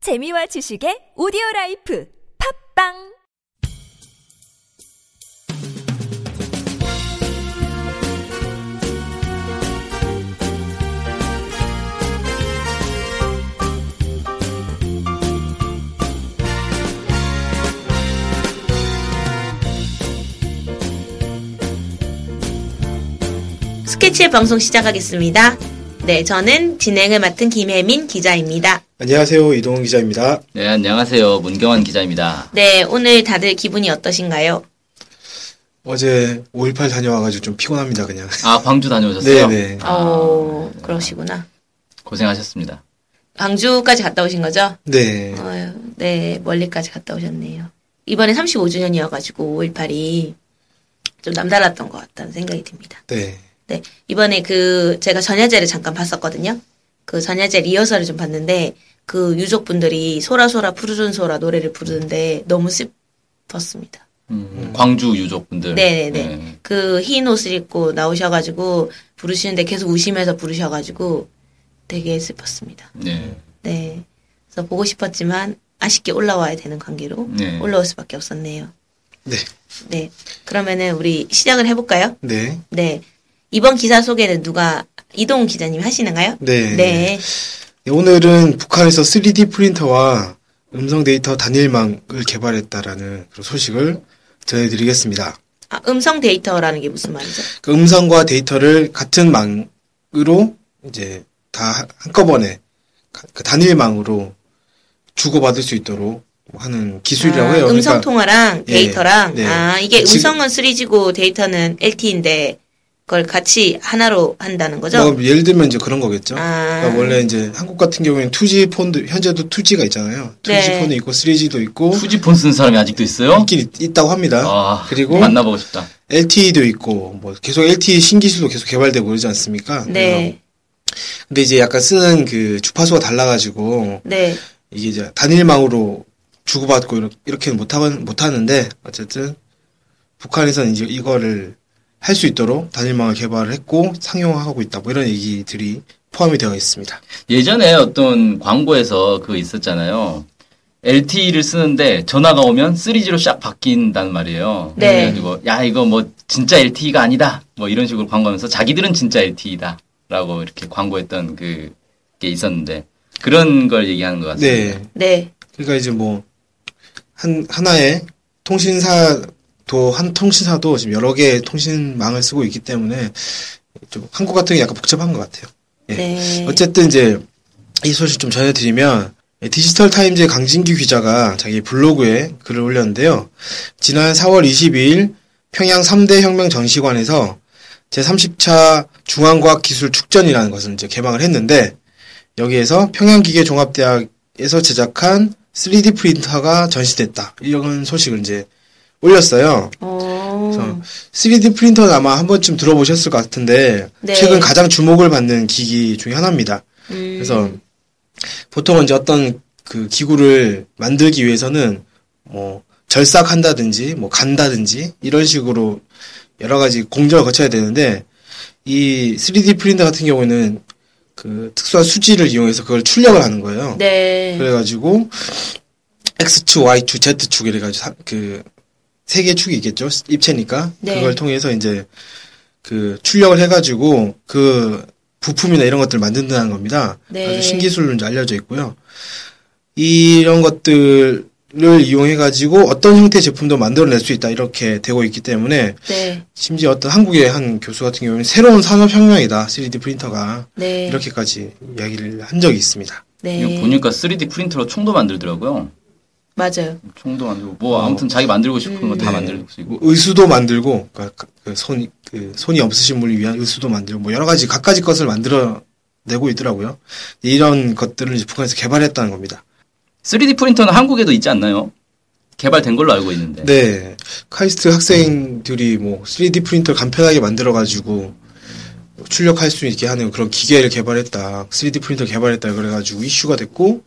재미와 지식의 오디오 라이프 팝빵 스케치의 방송 시작하겠습니다. 네, 저는 진행을 맡은 김혜민 기자입니다. 안녕하세요. 이동훈 기자입니다. 네, 안녕하세요. 문경환 기자입니다. 네, 오늘 다들 기분이 어떠신가요? 어제 5.18 다녀와가지고 좀 피곤합니다, 그냥. 아, 광주 다녀오셨어요? 네네. 아, 어, 그러시구나. 고생하셨습니다. 광주까지 갔다 오신 거죠? 네. 어휴, 네, 멀리까지 갔다 오셨네요. 이번에 35주년이어가지고 5.18이 좀 남달랐던 것 같다는 생각이 듭니다. 네. 네, 이번에 그 제가 전야제를 잠깐 봤었거든요. 그 전야제 리허설을 좀 봤는데 그 유족분들이 소라소라 푸르른 소라 노래를 부르는데 너무 슬펐습니다. 음, 광주 유족분들. 네네네. 네. 그 흰 옷을 입고 나오셔가지고 부르시는데 계속 우시면서 부르셔가지고 되게 슬펐습니다. 네. 네. 그래서 보고 싶었지만 아쉽게 올라와야 되는 관계로 네. 올라올 수밖에 없었네요. 네. 네. 그러면은 우리 시작을 해볼까요? 네. 네. 이번 기사 소개는 누가 이동 기자님 하시는가요? 네. 네. 네, 오늘은 북한에서 3D 프린터와 음성 데이터 단일망을 개발했다라는 그런 소식을 전해드리겠습니다. 아, 음성 데이터라는 게 무슨 말이죠? 그 음성과 데이터를 같은 망으로 이제 다 한꺼번에 가- 그 단일망으로 주고받을 수 있도록 하는 기술이라고 아, 해요. 음성 그러니까 통화랑 예, 데이터랑 네. 아 이게 지금- 음성은 3G고 데이터는 LTE인데 그걸 같이 하나로 한다는 거죠? 뭐 예를 들면 이제 그런 거겠죠. 아. 그러니까 원래 이제 한국 같은 경우에는 2G 폰도 현재도 2G가 있잖아요. 2G 네. 폰도 있고 3G도 있고 휴지폰 네. 쓴 사람이 아직도 있어요? 있긴 있- 있다고 합니다. 아, 그리고 만나보고 싶다. LTE도 있고 뭐 계속 LTE 신기술도 계속 개발되고 그러지 않습니까? 네. 그래서 근데 이제 약간 쓰는 그 주파수가 달라가지고 네. 이게 이제 단일망으로 주고받고 이렇- 이렇게는 못하는 못하는데 어쨌든 북한에서는 이제 이거를 할 수 있도록 단일망을 개발을 했고 상용화하고 있다 뭐 이런 얘기들이 포함이 되어 있습니다. 예전에 어떤 광고에서 그거 있었잖아요. LTE를 쓰는데 전화가 오면 3G로 싹 바뀐다는 말이에요. 네. 그래가지고 야 이거 뭐 진짜 LTE가 아니다. 뭐 이런 식으로 광고하면서 자기들은 진짜 LTE다라고 이렇게 광고했던 그게 있었는데 그런 걸 얘기하는 것 같습니다. 네. 네. 그러니까 이제 뭐, 한, 하나의 통신사도, 한 통신사도 지금 여러 개의 통신망을 쓰고 있기 때문에 좀 한국 같은 게 약간 복잡한 것 같아요. 예. 네. 어쨌든 이제 이 소식 좀 전해드리면 디지털 타임즈의 강진규 기자가 자기 블로그에 글을 올렸는데요. 지난 4월 22일 평양 3대 혁명 전시관에서 제30차 중앙과학 기술 축전이라는 것을 이제 개막을 했는데 여기에서 평양기계 종합대학에서 제작한 3D 프린터가 전시됐다. 이런 소식을 이제 올렸어요. 어. 그래서 3D 프린터는 아마 한 번쯤 들어보셨을 것 같은데 네. 최근 가장 주목을 받는 기기 중에 하나입니다. 음. 그래서 보통은 이제 어떤 그 기구를 만들기 위해서는 뭐 절삭한다든지 뭐 간다든지 이런 식으로 여러 가지 공정을 거쳐야 되는데 이 3D 프린터 같은 경우에는 그 특수한 수지를 이용해서 그걸 출력을 하는 거예요. 네. 그래가지고 X축, Y축, Z축 이래가지고 그 세 개의 축이 있겠죠 입체니까 네. 그걸 통해서 이제 그 출력을 해가지고 그 부품이나 이런 것들을 만든다는 겁니다. 네. 아주 신기술로 이제 알려져 있고요. 이런 것들을 이용해가지고 어떤 형태의 제품도 만들어낼 수 있다 이렇게 되고 있기 때문에 네. 심지어 어떤 한국의 한 교수 같은 경우는 새로운 산업혁명이다 3D 프린터가 네. 이렇게까지 이야기를 한 적이 있습니다. 네. 이거 보니까 3D 프린터로 총도 만들더라고요. 맞아요. 총도 만들고 뭐 아무튼 자기 만들고 싶은 거 다 네. 만들 수뭐 있고 의수도 만들고 그러니까 그 손, 그 손이 없으신 분을 위한 의수도 만들고 뭐 여러 가지 각가지 것을 만들어내고 있더라고요. 이런 것들을 이제 북한에서 개발했다는 겁니다. 3D 프린터는 한국에도 있지 않나요? 개발된 걸로 알고 있는데. 네, 카이스트 학생들이 뭐 3D 프린터를 간편하게 만들어가지고 출력할 수 있게 하는 그런 기계를 개발했다. 3D 프린터 개발했다 그래가지고 이슈가 됐고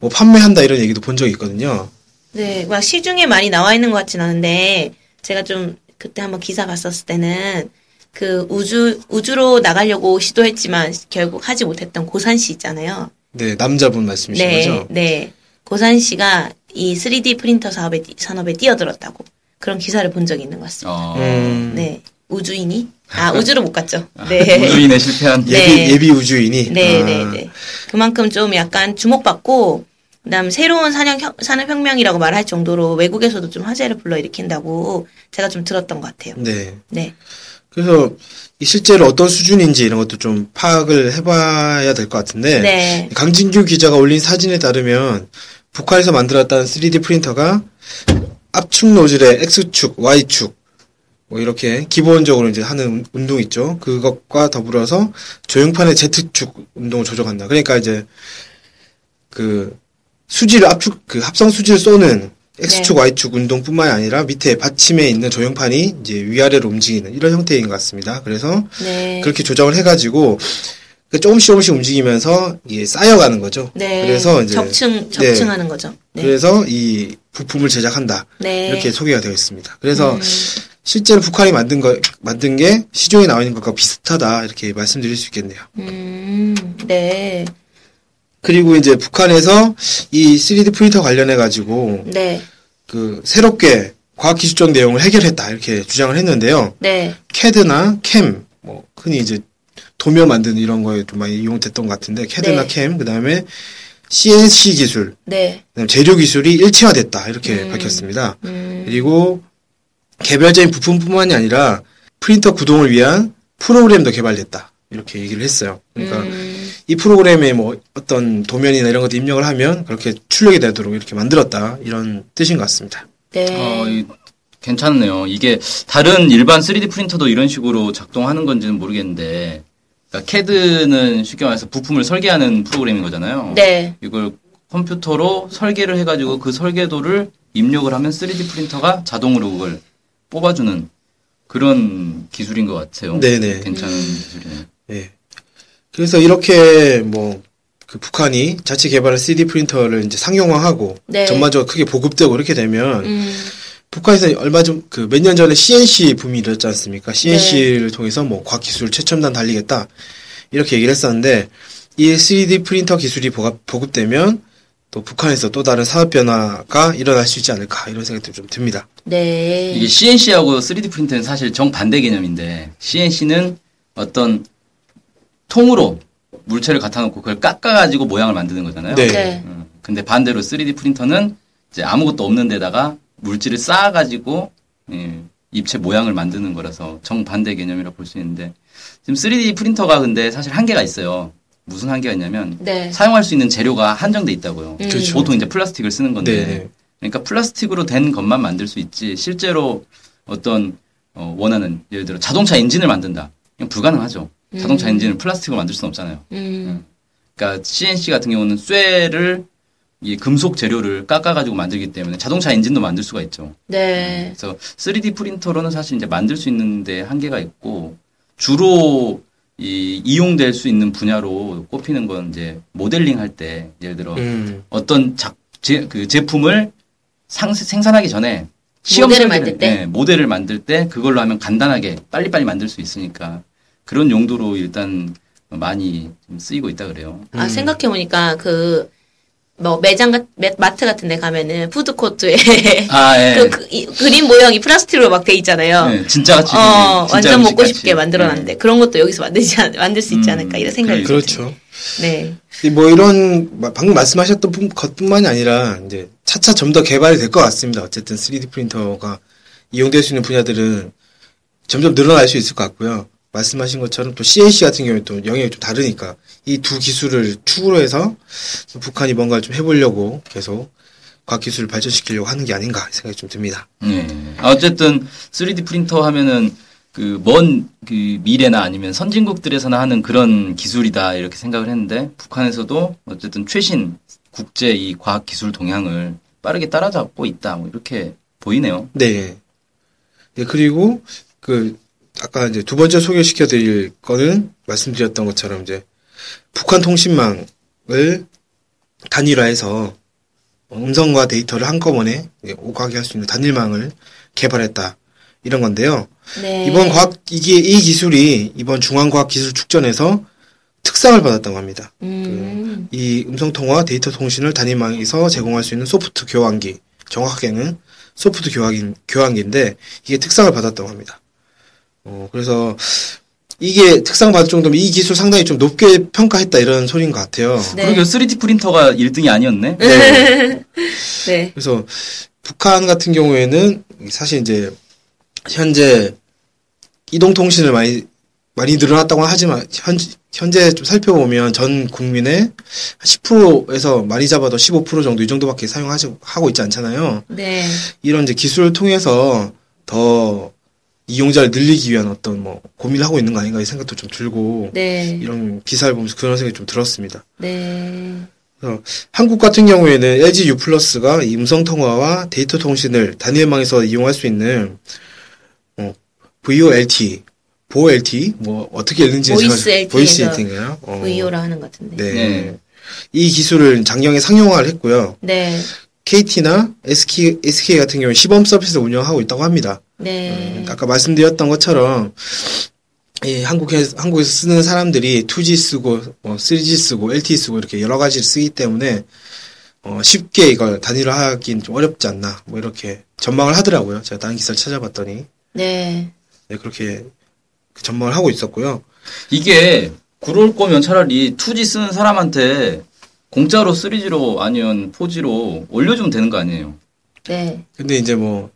뭐 판매한다 이런 얘기도 본 적이 있거든요. 네. 막 시중에 많이 나와 있는 것 같진 않은데 제가 좀 그때 한번 기사 봤었을 때는 그 우주 우주로 나가려고 시도했지만 결국 하지 못했던 고산 씨 있잖아요. 네, 남자분 말씀이신 네. 거죠? 네. 고산 씨가 이 3D 프린터 사업에 뛰- 산업에 뛰어들었다고 그런 기사를 본 적이 있는 것 같습니다. 어, 음, 네, 우주인이 아 우주로 못 갔죠. 네. 우주인의 실패한 예. 예비 네. 예비 우주인이 네, 아, 네, 네. 그만큼 좀 약간 주목받고 그다음 새로운 산업 혁- 산업 혁명이라고 말할 정도로 외국에서도 좀 화제를 불러일으킨다고 제가 좀 들었던 것 같아요. 네. 네, 그래서 이 실제로 어떤 수준인지 이런 것도 좀 파악을 해봐야 될 것 같은데 네, 강진규 기자가 올린 사진에 따르면 북한에서 만들었다는 3D 프린터가 압축 노즐의 X축, Y축 뭐 이렇게 기본적으로 이제 하는 운동 있죠. 그것과 더불어서 조형판의 Z축 운동을 조정한다. 그러니까 이제 그 수지를 압축 그 합성 수지를 쏘는 X축, Y축 운동뿐만이 아니라 밑에 받침에 있는 조형판이 이제 위아래로 움직이는 이런 형태인 것 같습니다. 그래서 네, 그렇게 조정을 해가지고 그 조금씩 조금씩 움직이면서 이게 쌓여가는 거죠. 네. 그래서 이제 적층 네. 적층하는 거죠. 네, 그래서 이 부품을 제작한다 네. 이렇게 소개가 되어 있습니다. 그래서 실제로 북한이 만든 거 만든 게 시중에 나와 있는 것과 비슷하다 이렇게 말씀드릴 수 있겠네요. 음, 네, 그리고 이제 북한에서 이 3D 프린터 관련해 가지고 네, 그 새롭게 과학기술적 내용을 해결했다 이렇게 주장을 했는데요. 네, 캐드나 캠, 뭐 흔히 이제 도면 만드는 이런 거에 좀 많이 이용됐던 것 같은데 캐드나 네. 캠, 그다음에 CNC 기술, 네. 그다음 재료 기술이 일체화됐다 이렇게 음. 밝혔습니다. 음, 그리고 개별적인 부품뿐만이 아니라 프린터 구동을 위한 프로그램도 개발됐다 이렇게 얘기를 했어요. 그러니까 음, 이 프로그램에 뭐 어떤 도면이나 이런 것도 입력을 하면 그렇게 출력이 되도록 이렇게 만들었다 이런 뜻인 것 같습니다. 네. 어, 이- 괜찮네요. 이게 다른 일반 3D 프린터도 이런 식으로 작동하는 건지는 모르겠는데, 그러니까 CAD는 쉽게 말해서 부품을 설계하는 프로그램인 거잖아요. 네. 이걸 컴퓨터로 설계를 해가지고 그 설계도를 입력을 하면 3D 프린터가 자동으로 그걸 뽑아주는 그런 기술인 것 같아요. 네네. 괜찮은 기술이네요. 예. 그래서 이렇게 뭐, 그 북한이 자체 개발한 3D 프린터를 이제 상용화하고 네. 전반적으로 크게 보급되고 이렇게 되면 음, 북한에서 얼마 전 그 몇 년 전에 CNC 붐이 일었지 않습니까? 네. CNC를 통해서 뭐 과학기술 최첨단 달리겠다 이렇게 얘기를 했었는데 이 3D 프린터 기술이 보급, 보급되면 또 북한에서 또 다른 산업 변화가 일어날 수 있지 않을까 이런 생각도 좀 듭니다. 네. 이게 CNC하고 3D 프린터는 사실 정반대 개념인데 CNC는 어떤 통으로 물체를 갖다 놓고 그걸 깎아 가지고 모양을 만드는 거잖아요. 네. 네. 음, 근데 반대로 3D 프린터는 이제 아무것도 없는 데다가 물질을 쌓아 가지고 예, 입체 모양을 만드는 거라서 정반대 개념이라고 볼 수 있는데 지금 3D 프린터가 근데 사실 한계가 있어요. 무슨 한계가 있냐면 네. 사용할 수 있는 재료가 한정돼 있다고요. 음. 그렇죠. 보통 이제 플라스틱을 쓰는 건데 네. 그러니까 플라스틱으로 된 것만 만들 수 있지 실제로 어떤 어, 원하는 예를 들어 자동차 엔진을 만든다 이건 불가능하죠. 자동차 엔진을 플라스틱으로 만들 수는 없잖아요. 음, 그러니까 CNC 같은 경우는 쇠를 이 금속 재료를 깎아가지고 만들기 때문에 자동차 엔진도 만들 수가 있죠. 네. 그래서 3D 프린터로는 사실 이제 만들 수 있는데 한계가 있고 주로 이 이용될 수 있는 분야로 꼽히는 건 이제 모델링 할 때 예를 들어 음. 어떤 작, 제, 그 제품을 상, 생산하기 전에 시험 모델을 설계를- 만들 때? 네, 모델을 만들 때 그걸로 하면 간단하게 빨리빨리 만들 수 있으니까 그런 용도로 일단 많이 좀 쓰이고 있다 그래요. 아, 생각해보니까 그, 뭐, 매장, 같, 매, 마트 같은 데 가면은 푸드코트에 아, 예. 그, 그 이- 그림 모양이 플라스틱으로 막 돼 있잖아요. 네, 진짜 같이 어, 진짜 완전 먹고 음식같이. 네. 싶게 만들어놨는데 그런 것도 여기서 만들지 않, 만들 수 있지 음, 않을까 이런 생각이 그래요. 그렇죠. 들어요. 네. 이뭐 이런 마- 방금 말씀하셨던 뿐- 것뿐만이 아니라 이제 차차 좀 더 개발이 될 것 같습니다. 어쨌든 3D 프린터가 이용될 수 있는 분야들은 점점 늘어날 수 있을 것 같고요. 말씀하신 것처럼 또 CNC 같은 경우에 또 영역이 좀 다르니까 이 두 기술을 축으로 해서 좀 북한이 뭔가를 좀 해보려고 계속 과학 기술을 발전시키려고 하는 게 아닌가 생각이 좀 듭니다. 예. 아, 어쨌든 3D 프린터 하면은 그 먼 그 미래나 아니면 선진국들에서나 하는 그런 기술이다 이렇게 생각을 했는데 북한에서도 어쨌든 최신 국제 이 과학 기술 동향을 빠르게 따라잡고 있다 뭐 이렇게 보이네요. 네. 네, 그리고 그 아까 이제 두 번째 소개시켜 드릴 거는 말씀드렸던 것처럼 이제 북한 통신망을 단일화해서 음성과 데이터를 한꺼번에 이제 오가게 할 수 있는 단일망을 개발했다. 이런 건데요. 네. 이번 과학 이게 이 기술이 이번 중앙과학기술축전에서 특상을 받았다고 합니다. 음. 이 음성통화 데이터 통신을 단위망에서 제공할 수 있는 소프트 교환기, 정확하게는 소프트 교환기, 교환기인데 이게 특상을 받았다고 합니다. 어, 그래서 이게 특상 받을 정도면 이 기술 상당히 좀 높게 평가했다 이런 소리인 것 같아요. 네. 그러게요. 3D 프린터가 1등이 아니었네. 네. 그래서 북한 같은 경우에는 사실 이제 현재 이동통신을 많이 많이 늘어났다고 하지만 현, 현재 좀 살펴보면 전 국민의 10%에서 많이 잡아도 15% 정도 이 정도밖에 사용하지 하고 있지 않잖아요. 네. 이런 이제 기술을 통해서 더 이용자를 늘리기 위한 어떤 뭐 고민을 하고 있는 거 아닌가 이 생각도 좀 들고 네. 이런 기사를 보면서 그런 생각이 좀 들었습니다. 네. 한국 같은 경우에는 LG U 플러스가 음성 통화와 데이터 통신을 단일망에서 이용할 수 있는 어, VOLT, VOLT 뭐 어떻게 읽는지 보이스 LT 에서 보이스 LT인가요? 어, VO라 하는 것 같은데. 네. 네. 이 기술을 작년에 상용화를 했고요. 네. KT나 SK, SK 같은 경우 시범 서비스를 운영하고 있다고 합니다. 네. 음, 아까 말씀드렸던 것처럼 이 한국에, 한국에서 쓰는 사람들이 2G 쓰고 뭐 3G 쓰고 LTE 쓰고 이렇게 여러 가지를 쓰기 때문에 어, 쉽게 이걸 단일화하기는 좀 어렵지 않나 뭐 이렇게 전망을 하더라고요. 제가 다른 기사를 찾아봤더니 네. 네, 그렇게 그 전망을 하고 있었고요. 이게 그럴 거면 차라리 2G 쓰는 사람한테 공짜로 3G로 아니면 4G로 올려주면 되는 거 아니에요? 네. 근데 이제 뭐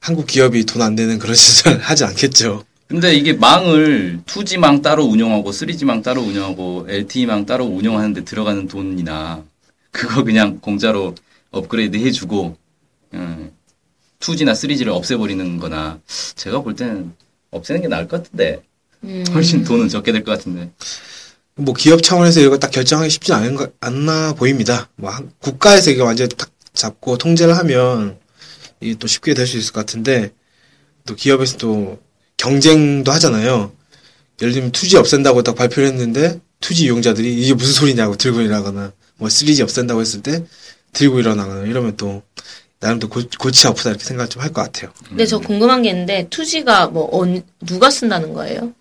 한국 기업이 돈 안 되는 그런 짓을 하지 않겠죠. 근데 이게 망을 2G망 따로 운영하고 3G망 따로 운영하고 LTE망 따로 운영하는데 들어가는 돈이나 그거 그냥 공짜로 업그레이드 해주고 음, 2G나 3G를 없애버리는 거나 제가 볼 때는 없애는 게 나을 것 같은데 음. 훨씬 돈은 적게 될 것 같은데 뭐 기업 차원에서 이걸 딱 결정하기 쉽지 않은 거- 않나 보입니다. 뭐 한- 국가에서 이게 완전히 딱 잡고 통제를 하면 이게 또 쉽게 될 수 있을 것 같은데 또 기업에서 또 경쟁도 하잖아요. 예를 들면 2G 없앤다고 딱 발표를 했는데 2G 이용자들이 이게 무슨 소리냐고 들고 일어나거나 뭐 3G 없앤다고 했을 때 들고 일어나거나 이러면 또 나름 또 고, 고치 아프다 이렇게 생각 좀 할 것 같아요. 근데 저 궁금한 게 있는데 2G가 뭐 언, 누가 쓴다는 거예요?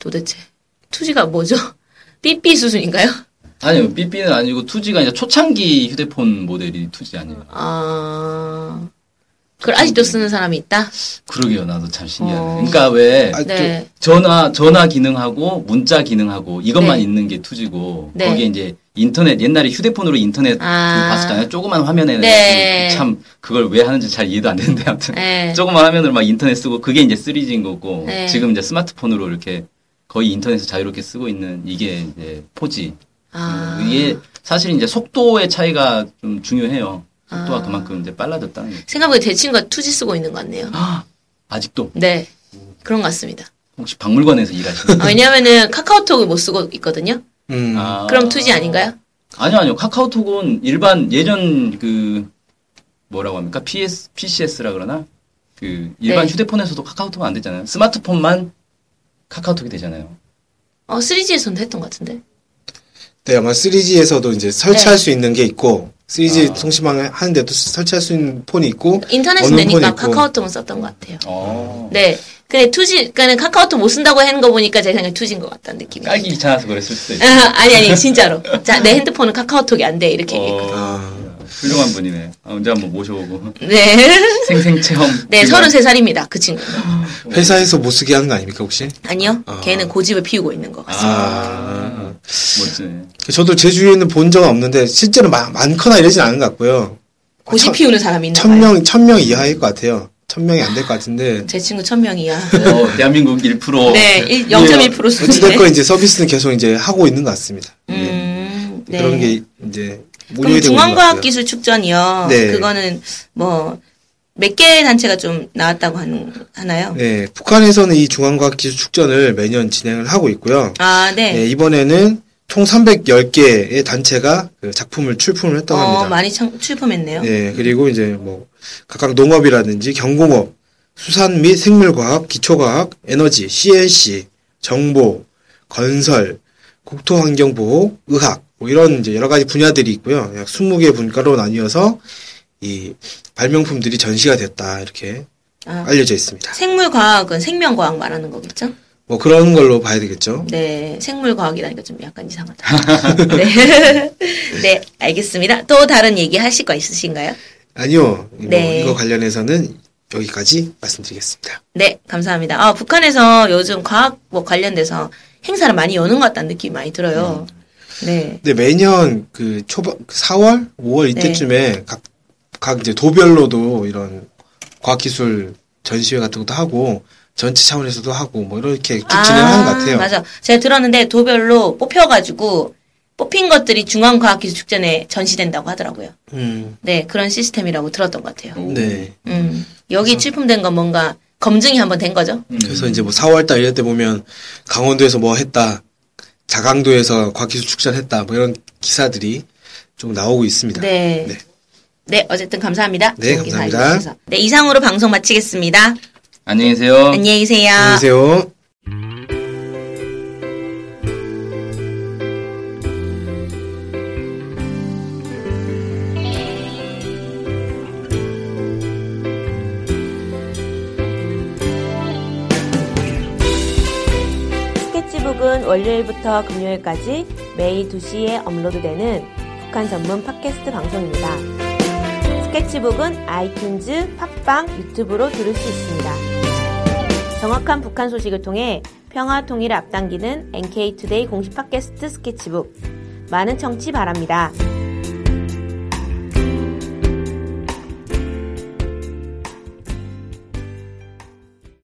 도대체 2G가 뭐죠? 삐삐 수준인가요? 아니요 삐삐는 아니고 2G가 이제 초창기 휴대폰 모델이 2G 아니에요 아 그걸 아직도 쓰는 사람이 있다. 그러게요 나도 참 신기하네 어. 그러니까 왜 아, 네. 전화 전화 기능하고 문자 기능하고 이것만 네. 있는 게 투지고 네. 거기에 이제 인터넷 옛날에 휴대폰으로 인터넷 아. 봤었잖아요. 조그만 화면에 네. 그참 그걸 왜 하는지 잘 이해도 안 되는데 아무튼 네. 조그만 화면으로 막 인터넷 쓰고 그게 이제 3G인 거고 네. 지금 이제 스마트폰으로 이렇게 거의 인터넷을 자유롭게 쓰고 있는 이게 이제 4G 아, 음, 이게 사실 이제 속도의 차이가 좀 중요해요. 속도가 아. 그만큼 이제 빨라졌다는 거죠. 생각보다 제 친구가 2G 쓰고 있는 것 같네요. 아직도 네 그런 것 같습니다. 혹시 박물관에서 일하시는 아, 왜냐하면은 카카오톡을 못 쓰고 있거든요. 음, 아. 그럼 2G 아닌가요? 아니요, 아니요. 카카오톡은 일반 예전 그 뭐라고 합니까? PS, PCS라 그러나 그 일반 네. 휴대폰에서도 카카오톡은 안 되잖아요. 스마트폰만 카카오톡이 되잖아요. 어 3G에서는 했던 것 같은데. 네, 아마 3G에서도 이제 네. 설치할 수 있는 게 있고 3G 아. 통신망을 하는데도 설치할 수 있는 폰이 있고 인터넷은 얼른 되니까 보니까. 카카오톡은 썼던 것 같아요. 어. 네. 근데 2G, 그러니까는 카카오톡 못 쓴다고 하는 거 보니까 제 생각에 2G인 것 같다는 느낌이. 깔기 귀찮아서 그랬을 수도 있어요. 아니 아니 진짜로. 자, 내 핸드폰은 카카오톡이 안 돼. 이렇게 얘기했거든요. 아. 어, 훌륭한 분이네. 아, 언제 한번 모셔오고 네. 생생 체험. 네, 그거. 33살입니다. 그 친구. 회사에서 못 쓰게 하는 거 아닙니까 혹시? 아니요. 아. 걔는 고집을 피우고 있는 것 같습니다. 아, 멋지네. 저도 제 주위에는 본 적은 없는데 실제로 마- 많거나 이러진 않은 것 같고요. 고집 아, 천- 피우는 사람이 있나 봐요. 천명 천명 이하일 것 같아요. 천 명이 안 될 것 같은데 제 친구 1000명이야. 어, 대한민국 1%. 네, 일- 0.1% 수준이네. 어찌됐건 이제 서비스는 계속 이제 하고 있는 것 같습니다. 음, 네. 그런 게 이제 운영이 그럼 되고 있는 것 같아요. 중앙과학기술축전이요. 네. 그거는 뭐 몇 개 단체가 좀 나왔다고 하는, 하나요? 네, 북한에서는 이 중앙과학기술 축전을 매년 진행을 하고 있고요. 아, 네. 네, 이번에는 총 310개의 단체가 그 작품을 출품을 했다고 어, 합니다. 많이 참- 출품했네요. 네, 그리고 이제 뭐 각각 농업이라든지 경공업, 수산 및 생물과학, 기초과학, 에너지, CNC, 정보, 건설, 국토환경보호, 의학 뭐 이런 이제 여러 가지 분야들이 있고요. 약 20개 분과로 나뉘어서 이 발명품들이 전시가 됐다 이렇게 아, 알려져 있습니다. 생물과학은 생명과학 말하는 거겠죠? 뭐 그런 걸로 봐야 되겠죠. 네, 생물과학이라니까 좀 약간 이상하다. 네. 네, 알겠습니다. 또 다른 얘기 하실 거 있으신가요? 아니요. 뭐 네. 이거 관련해서는 여기까지 말씀드리겠습니다. 네, 감사합니다. 아, 북한에서 요즘 과학 뭐 관련돼서 행사를 많이 여는 것 같다는 느낌이 많이 들어요. 음. 네. 근데 매년 그 초반 4월, 5월 이때쯤에 각, 각 이제 도별로도 이런 과학기술 전시회 같은 것도 하고 전체 차원에서도 하고 뭐 이렇게 쭉 진행하는 것 같아요. 맞아. 제가 들었는데 도별로 뽑혀가지고 뽑힌 것들이 중앙과학기술축전에 전시된다고 하더라고요. 음, 네, 그런 시스템이라고 들었던 것 같아요. 오. 네. 음, 여기 출품된 건 뭔가 검증이 한번 된 거죠? 음. 그래서 이제 뭐 4월달 이럴 때 보면 강원도에서 뭐 했다, 자강도에서 과학기술 축산했다 뭐 이런 기사들이 좀 나오고 있습니다. 네. 네. 네. 어쨌든 감사합니다. 네, 좋은 기사 감사합니다. 어, 알려주셔서. 네, 이상으로 방송 마치겠습니다. 안녕히 계세요. 안녕히 계세요. 안녕히 계세요. 스케치북은 월요일부터 금요일까지 매일 2시에 업로드되는 북한 전문 팟캐스트 방송입니다. 스케치북은 아이튠즈, 팟빵, 유튜브로 들을 수 있습니다. 정확한 북한 소식을 통해 평화 통일을 앞당기는 NK투데이 공식 팟캐스트 스케치북. 많은 청취 바랍니다.